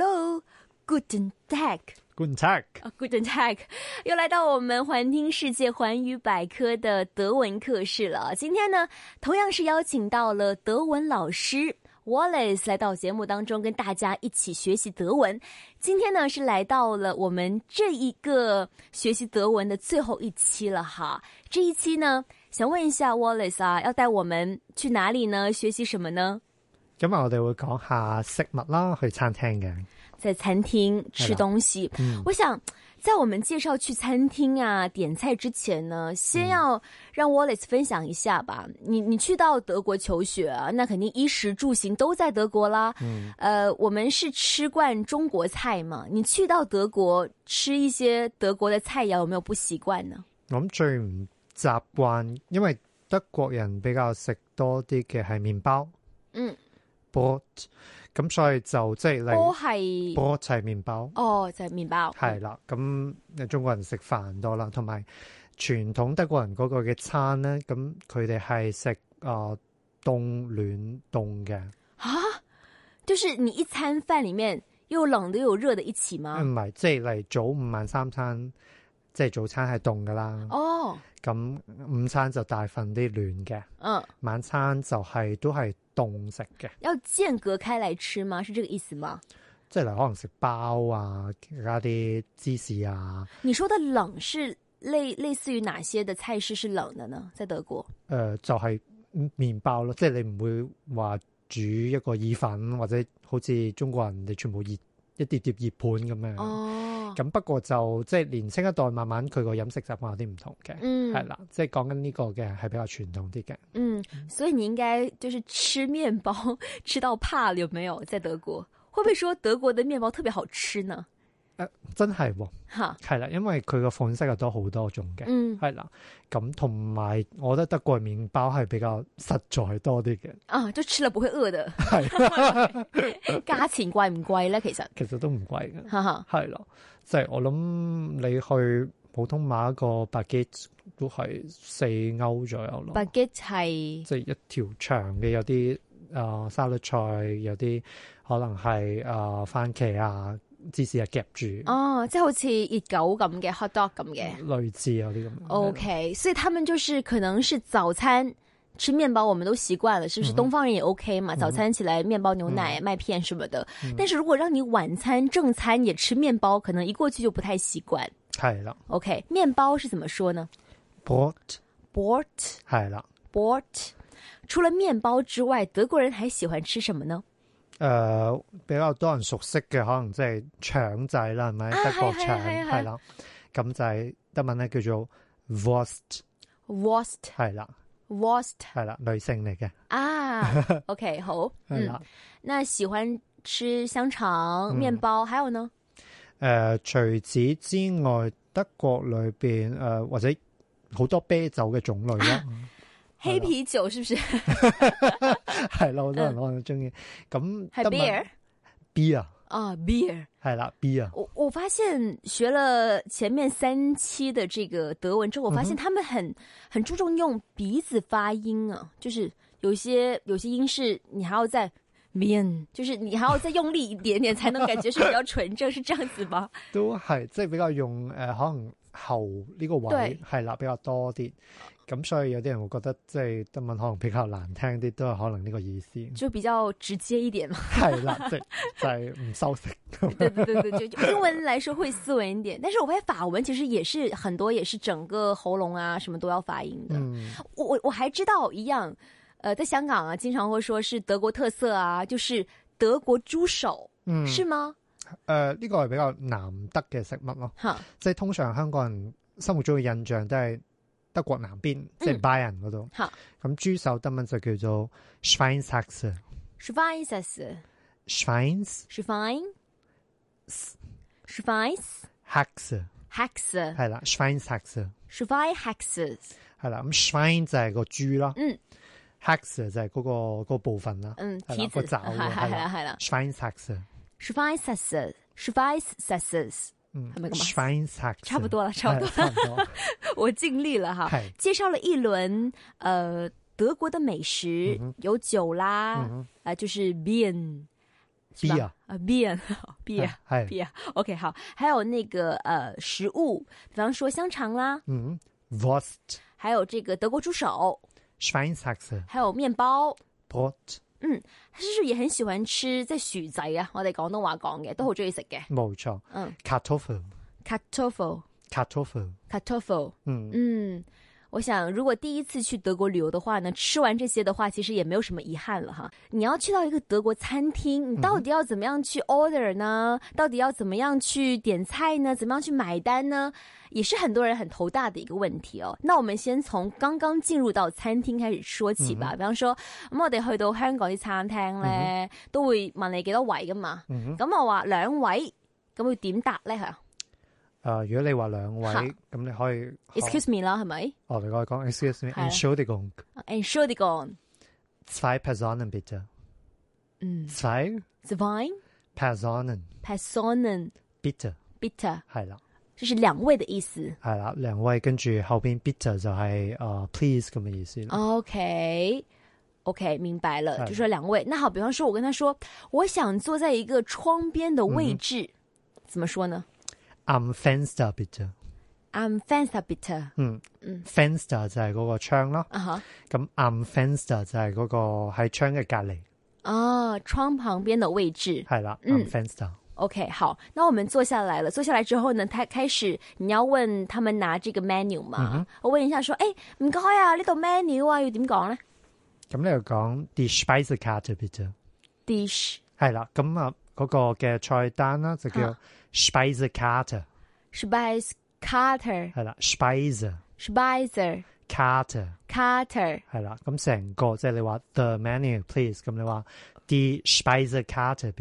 Hello，Guten Tag。 Guten Tag，啊，Guten Tag，又来到我们环听世界环语百科的德文课室了。今天呢，同样是邀请到了德文老师 Wallace 来到节目当中，跟大家一起学习德文。今天呢，是来到了我们这一个学习德文的最后一期了哈。这一期呢，想问一下 Wallace 啊，要带我们去哪里呢？学习什么呢？今日我哋會講下食物啦，去餐廳嘅。在餐厅是吃的东西。嗯我想，在我们介绍去餐厅啊点菜之前呢，先嗯要让 Wallace 分享一下吧。你你去到德国求学啊，那肯定衣食住行都在德国啦。嗯，呃，我们是吃惯中国菜嘛，你去到德国吃一些德国的菜肴，有没有不习惯呢？我諗最唔習慣，因為德國人比較食多啲嘅係麵包嗯， ，brot，咁所以就即係波你系 brot 就係麵包，哦，就系面包。係啦。咁呃中國人食飯多啦，同埋傳統德國人嗰個嘅餐咧，咁佢哋係食啊凍暖凍嘅，啊，就是你一餐饭里面又冷的又有热的一起吗？唔係即係嚟早午晚三餐，即係早餐係凍噶啦。哦，咁午餐就大份啲暖嘅，嗯。晚餐就係、都係凍食嘅，要间隔开来吃吗？是这个意思吗？即係例如可能食包啊，加啲芝士啊，你说的冷是类类似于哪些的菜式是冷的呢？在德国？誒、呃就係、麵包咯，即係你唔會話煮一個意粉或者好似中國人哋全部熱一碟碟熱盤咁樣。哦，咁不過就即係年青一代慢慢佢個飲食習慣有啲唔同嘅，嗯係啦、即係講緊呢個嘅係比較傳統啲嘅。嗯，所以你应该就是吃面包 吃到怕了，有没有？在德国会不会说德国的面包特别好吃呢？真係喎，哈，係啦，因為佢個款式又多好多種嘅。嗯係啦，咁同埋我覺得德國嘅麵包係比較實在多啲嘅，啊，就吃了不会饿的， 係价钱贵唔贵呢？其实，其實都唔貴嘅，哈哈，係咯，即係我諗你去普通買一個白吉都係四歐左右咯， baguette 系即係一條長嘅有啲啊、呃沙律菜，有啲可能係啊、呃番茄啊芝士啊夾住，哦，即系好似热狗咁嘅 hot dog 咁嘅。哦類似有啲咁樣。 OK，所以他们就是可能是早餐吃面包，我们都习惯了，是不是？东方人也 OK 嘛，早餐起来面包、牛奶、麦片什么的。但是如果让你晚餐正餐也吃面包，可能一过去就不太习惯。係啦 OK，面包是怎么说呢，bot ？Bort 係啦， Bort。除了面包之外，德国人还喜欢吃什么呢？誒、呃比較多人熟悉嘅，可能即係腸仔啦，係咪？啊德係國係腸係係係啦，咁就係德文咧叫做 Wurst， Wurst 係啦 Wurst 係啦，女性嚟嘅，啊，OK 好，係嗯啦，。那喜欢吃香肠、面包，还有呢？誒、呃除此之外，德國裏邊誒或者好多啤酒嘅種類 啦，黑啤酒是不是？係啦，好多人可能中意。咁还德文 beer B 啊，啊，beer。係啦 B 啊，我我发现学了前面三期的这个德文之后，我发现他们很、很注重用鼻子发音啊，就是有些有些音是你还要再面，就是你还要再用力一点点才能感觉是比较纯正，是这样子吗？都係即係比較用誒、可能喉呢個對位係啦比較多啲，咁所以有啲人會覺得即係德文可能比較難聽啲，都係可能呢個 意思就比较直接一点嘛。 係啦，即係就係唔修飾咁对对对对，就就英文来说会斯文一点，但是我发现法文其实也是很多也是整个喉咙啊什么都要发音的。嗯我我我还知道一样，呃，在香港啊，经常会说是德国特色啊，就是德国猪手，嗯是吗？誒呢個係比較難得嘅食物咯，哈，即係通常香港人心目中嘅印象都係德國南邊即嗯係拜仁嗰度，好咁豬手德文就叫做 Schweinshaxe，Schweins s c h w e i n s s s c h w e i n s c h w e i n s Haxe h a x 係啦 s Schweinshaxe。c h w e i n h a x 係啦，咁 swine 就係個豬啦，嗯 h a x 就係嗰、個嗰個部分啦，嗯，係蹄啦個子，爪 嗨喎嗨係嗨啦嗨了 s w i n e hax， s c h w e i n s s s c h w e i n s s 嗯係咪咁啊 s w i n e hax，差不多了差不多 係啦差唔多，我尽力了哈。係介绍了一轮，呃，德国的美食，有酒啦，啊、嗯就是 beer，是吧 Beer 啊，beer，beer。 係 beer OK，好，还有那个呃食物，比方说香肠啦，嗯 Wurst 还有这个德国猪手， Schweinshaxe 还有面包， Brot 他叔叔也很喜欢吃即系薯仔啊，我哋廣東話講嘅都好中意食嘅。冇錯嗯 Kartoffel c a t o f o Kartoffel c a t o f o 嗯嗯，我想如果第一次去德国旅游的话呢，吃完这些的话，其实也没有什么遗憾了哈。你要去到一个德国餐厅，嗯你到底要怎么样去 order 呢？到底要怎么样去点菜呢？怎么样去买单呢？也是很多人很头大的一个问题哦。那我们先從剛剛進入到餐廳開始說起嗯吧。比方說，咁我哋去到香港啲餐廳咧，都會問你幾多位噶嘛。嗯咁我話兩位，咁會點答咧？係啊誒如果你話兩位嚇咁你可以，excuse me 啦，係咪哦你可以講 excuse me 係啊 Entschuldigung ？And sure they gone， zwei Personen bitte 嗯 zwei ，divine Personen personen bitte bitter，係啦这是兩位的意思。係啦兩位跟住後邊 bitte 就係誒 please 咁嘅意思啦 OK。OK，明白了，哎就说兩位。那好，比方说，我跟他说，我想坐在一個窗邊的位置，怎麼說呢 Am Fenster bitte ？I'm fancy bitter。嗯嗯 Fenster 就係嗰個窗啦啊哈，咁 am fenster 就係嗰個喺窗嘅隔離，啊，窗旁邊的位置。係啦嗯，am fenster。 OK，好，那我们坐下来了。坐下来之後呢，他開始你要問他們拿這個 menu 嘛？我問一下，說，誒唔該啊，呢度 menu 啊，要點講呢咁你又講 the Speisekarte bitte， d i s h 係啦，咁啊嗰個嘅菜單啦就啊叫 Speisekarte， s p i c e Carter 係啦，Speisekarte Spicer Carter 係啦，咁成個即係你話 the menu please，咁你話 the Speisekarte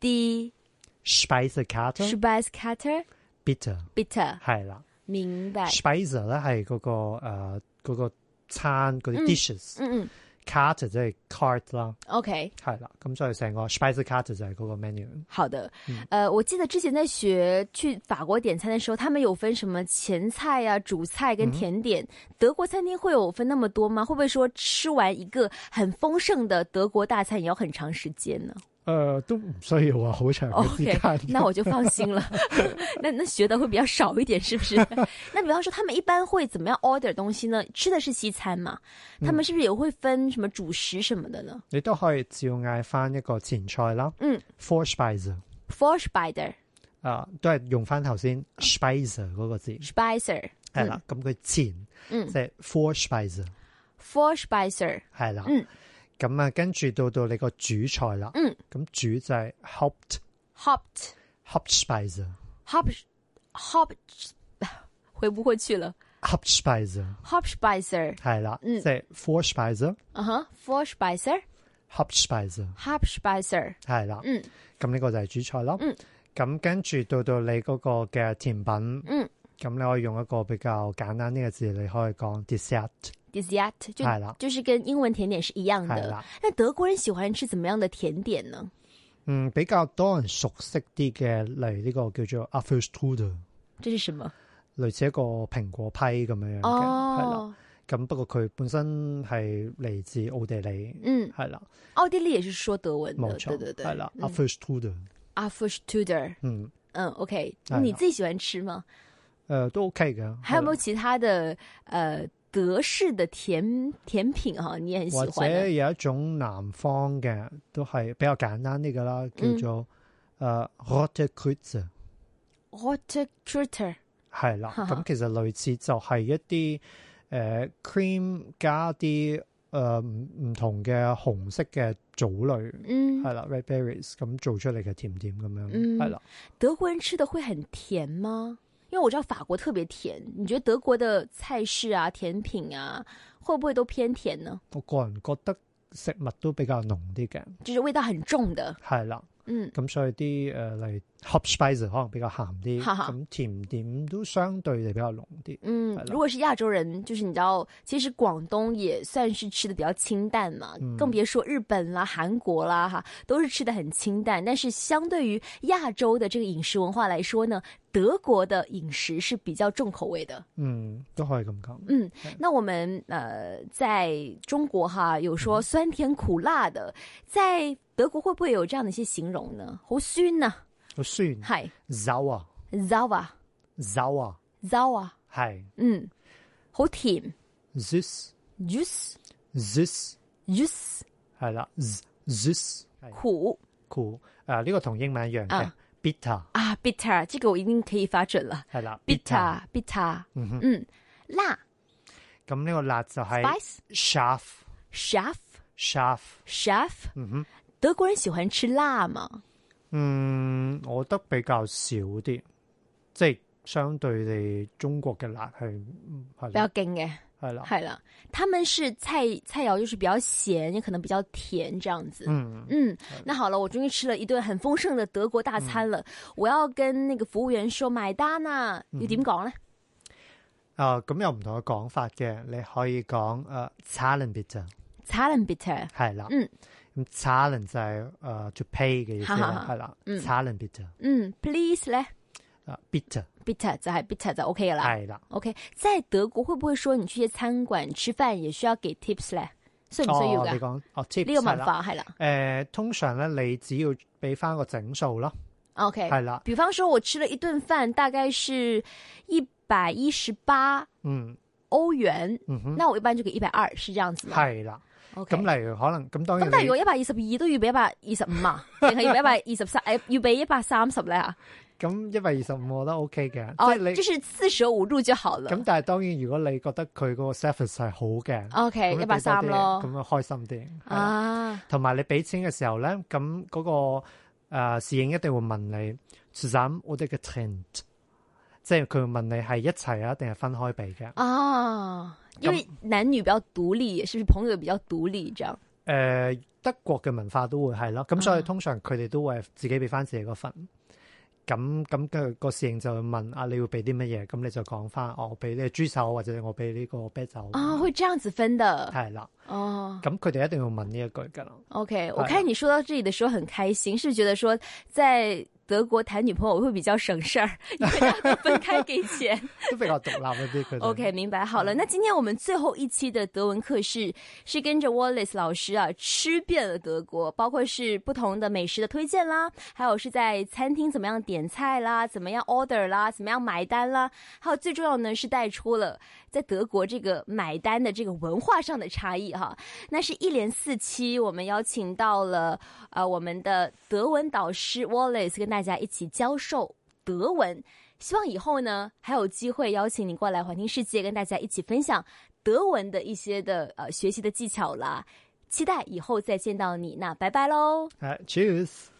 D bitte，Speisekarte Spice Carter bitte， Bitter，係啦明白？ ，Speise 咧係嗰個誒嗰個餐嗰啲 dishes，carte 嗯嗯即係 cart 啦。 ，OK，係啦，咁所以成個 Spice Card 就係嗰個 menu。好的。呃，我記得之前在學去法國點餐的時候，他們有分什么前菜啊、主菜跟甜點。德國餐廳會有分那么多吗？会不会说吃完一個很豐盛的德國大餐也要很长时間呢誒、都唔需要話好長嘅時哦？OK，間。 那我就放心了。那那学的会比较少一点，是不是？那比方说，他们一般会怎么样 order 东西呢？吃的是西餐嘛？他们是不是也会分什么主食什么的呢你都可以照嗌翻一個前菜啦。嗯 f o r Spice f o r s p i d e r 啊，都係用翻頭啊先 Spice 嗰個字 Spicer 係啦。咁佢前嗯即係 for Spice f o r Spicer 係啦嗯。咁啊，跟住到到你個主菜啦。嗯。咁主就係 Haupt hopped Haupt Spice hop hop 回不过去了 Haupt Spice hop Spicer 係啦，即係 for Spice 嗯哼 f o r Spicer Haupt Spice hop Spicer 係啦。嗯咁呢個就係主菜咯。嗯咁跟住到到你嗰個嘅甜品，嗯咁你可以用一個比較簡單啲嘅字，你可以講 dessert， dessert 就係啦就是跟英文甜點是一樣係的啦。那德國人喜歡吃怎麼樣的甜點呢嗯，比較多人熟悉啲嘅，例如呢個叫做 a f f e s t r u d e 這是什麼類似一個蘋果批咁樣樣嘅，係啦、哦咁不過佢本身係嚟自奧地利，嗯哦係啦，奧地利也是說德文冇的對錯，對對係啦 a f f e s t r u d e a f f s t u d e r 嗯，嗯 OK 係啦你自己喜歡吃嗎誒、都 OK 嘅。還有沒有係啦其他的呃德式的甜甜品哈你也很喜或歡者的有一種南方嘅都係比較簡單啲嘅啦，嗯叫做呃誒 rotte k u t z Water t r u t e r 係啦，哈哈咁其實類似就係一啲誒、呃 cream 加啲誒唔唔同嘅紅色嘅藻類，嗯，係啦 red berries 咁做出嚟嘅甜點咁樣，嗯係啦、德国人吃的会很甜吗？因为我知道法国特别甜，你觉得德国的菜式啊、甜品啊，会不会都偏甜呢？我個人覺得食物都比較濃啲嘅，就是味道很重的，係啦，嗯咁所以啲誒、呃例如 h o p s p i c e 可能比較鹹啲，哈哈咁甜點都相對地比較濃啲。嗯了，如果是亚洲人，就是你知道，其实广东也算是吃的比较清淡嘛，更别说日本啦、韩国啦，哈，都是吃的很清淡。但是相对于亚洲的这个饮食文化来说呢，德国的饮食是比较重口味的。嗯，都可以咁講。嗯，那我们呃，在中国哈有说酸甜苦辣的，在德国会不会有这样的一些形容呢？好酸呐、啊，好酸嗨，sour ，zava sour zava，係嗯，好甜 this ，juice this juice。係啦，this 係苦 cool 誒呢個同英文一樣嘅啊 bitter 啊，bitter，这个我一定可以发准了係啦，bitter，bitter，嗯哼哎嗯，辣咁呢個辣就係，spice，schaff，schaff， sharp sharp，嗯哼。德国人喜欢吃辣吗？嗯，我覺得比較少啲，即係相對地，中國嘅辣係嗯係比較啦，勁嘅，係啦，係啦，他们是菜菜肴就是比较咸，也可能比较甜这样子。嗯，嗯，那好了，我终于吃了一顿很丰盛的德国大餐嗯了。我要跟那个服务员说埋單啊，要點講呢？啊，咁有唔同嘅講法嘅，你可以講呃誒 zahlen bitte 茶 n bitter，係啦，嗯，咁 zahlen 就係誒 to pay 嘅意思哈哈啦，哈係啦嗯，zahlen bitte 嗯，please 咧啊 bitte ，bitter 就係 bitter 就 OK 噶啦。係啦， OK，在德国會不會說你去一些餐館吃飯也需要給 tips 咧？需唔需要哦，噶？你呢、講哦 tips 個係文啦，化係啦。誒通常咧你只要俾翻個整數咯， OK，係啦，比方說我吃了一頓飯，大概是一百一十八嗯歐元，嗯哼，那我一般就給一百二，是這樣子嗎係啦， ？OK，咁例如可能咁當咁然但係你如果一百二十二都要俾一百二十五 啊，定係要俾一百二十三？誒，要俾一百三十咧嚇？咁一百二十五我覺得 OK 嘅，即哦係，你就。是四舍五入就好了。咁但係當然，如果你覺得佢嗰個 service 係好嘅， OK，咁一百你俾多三啲咯。咁啊開心啲。係啦啊，同埋你俾錢嘅時候咧，咁嗰、個、呃、侍應一定會問你 s u s a n 我哋嘅 tent，即係佢會問你係一齊啊定係分開俾嘅。誒、啊，因為男女比較獨立，是不是朋友比較獨立這樣？呃德國嘅文化都會係咯，咁所以啊通常佢哋都會自己俾翻自己嗰份。咁咁佢個侍應就會問啊，你會俾啲乜嘢？咁你就講翻，哦我俾呢個豬手或者我俾呢個啤酒。啊，会这样子分的係啦，哦。咁佢哋一定要問呢一句㗎啦。 OK，啊我看你说到这里的时候很开心，是觉得说在德国谈女朋友会比较省事儿，因为大家都分开给钱。都比較獨立一啲。佢哋 OK，明白好了。那今天我们最后一期的德文课是是跟着 Wallace 老师啊吃遍了德国，包括是不同的美食的推荐啦，还有是在餐厅怎么样点菜啦，怎么样 order 啦，怎么样买单啦，还有最重要呢是带出了在德国这个买单的这个文化上的差异哈。那是一连四期，我们邀请到了呃我们的德文导师 Wallace 跟大家一起教授德文。希望以后呢还有机会邀请你过来环听世界，跟大家一起分享德文的一些的呃学习的技巧啦。期待以后再见到你，那拜拜喽。係 Cheers。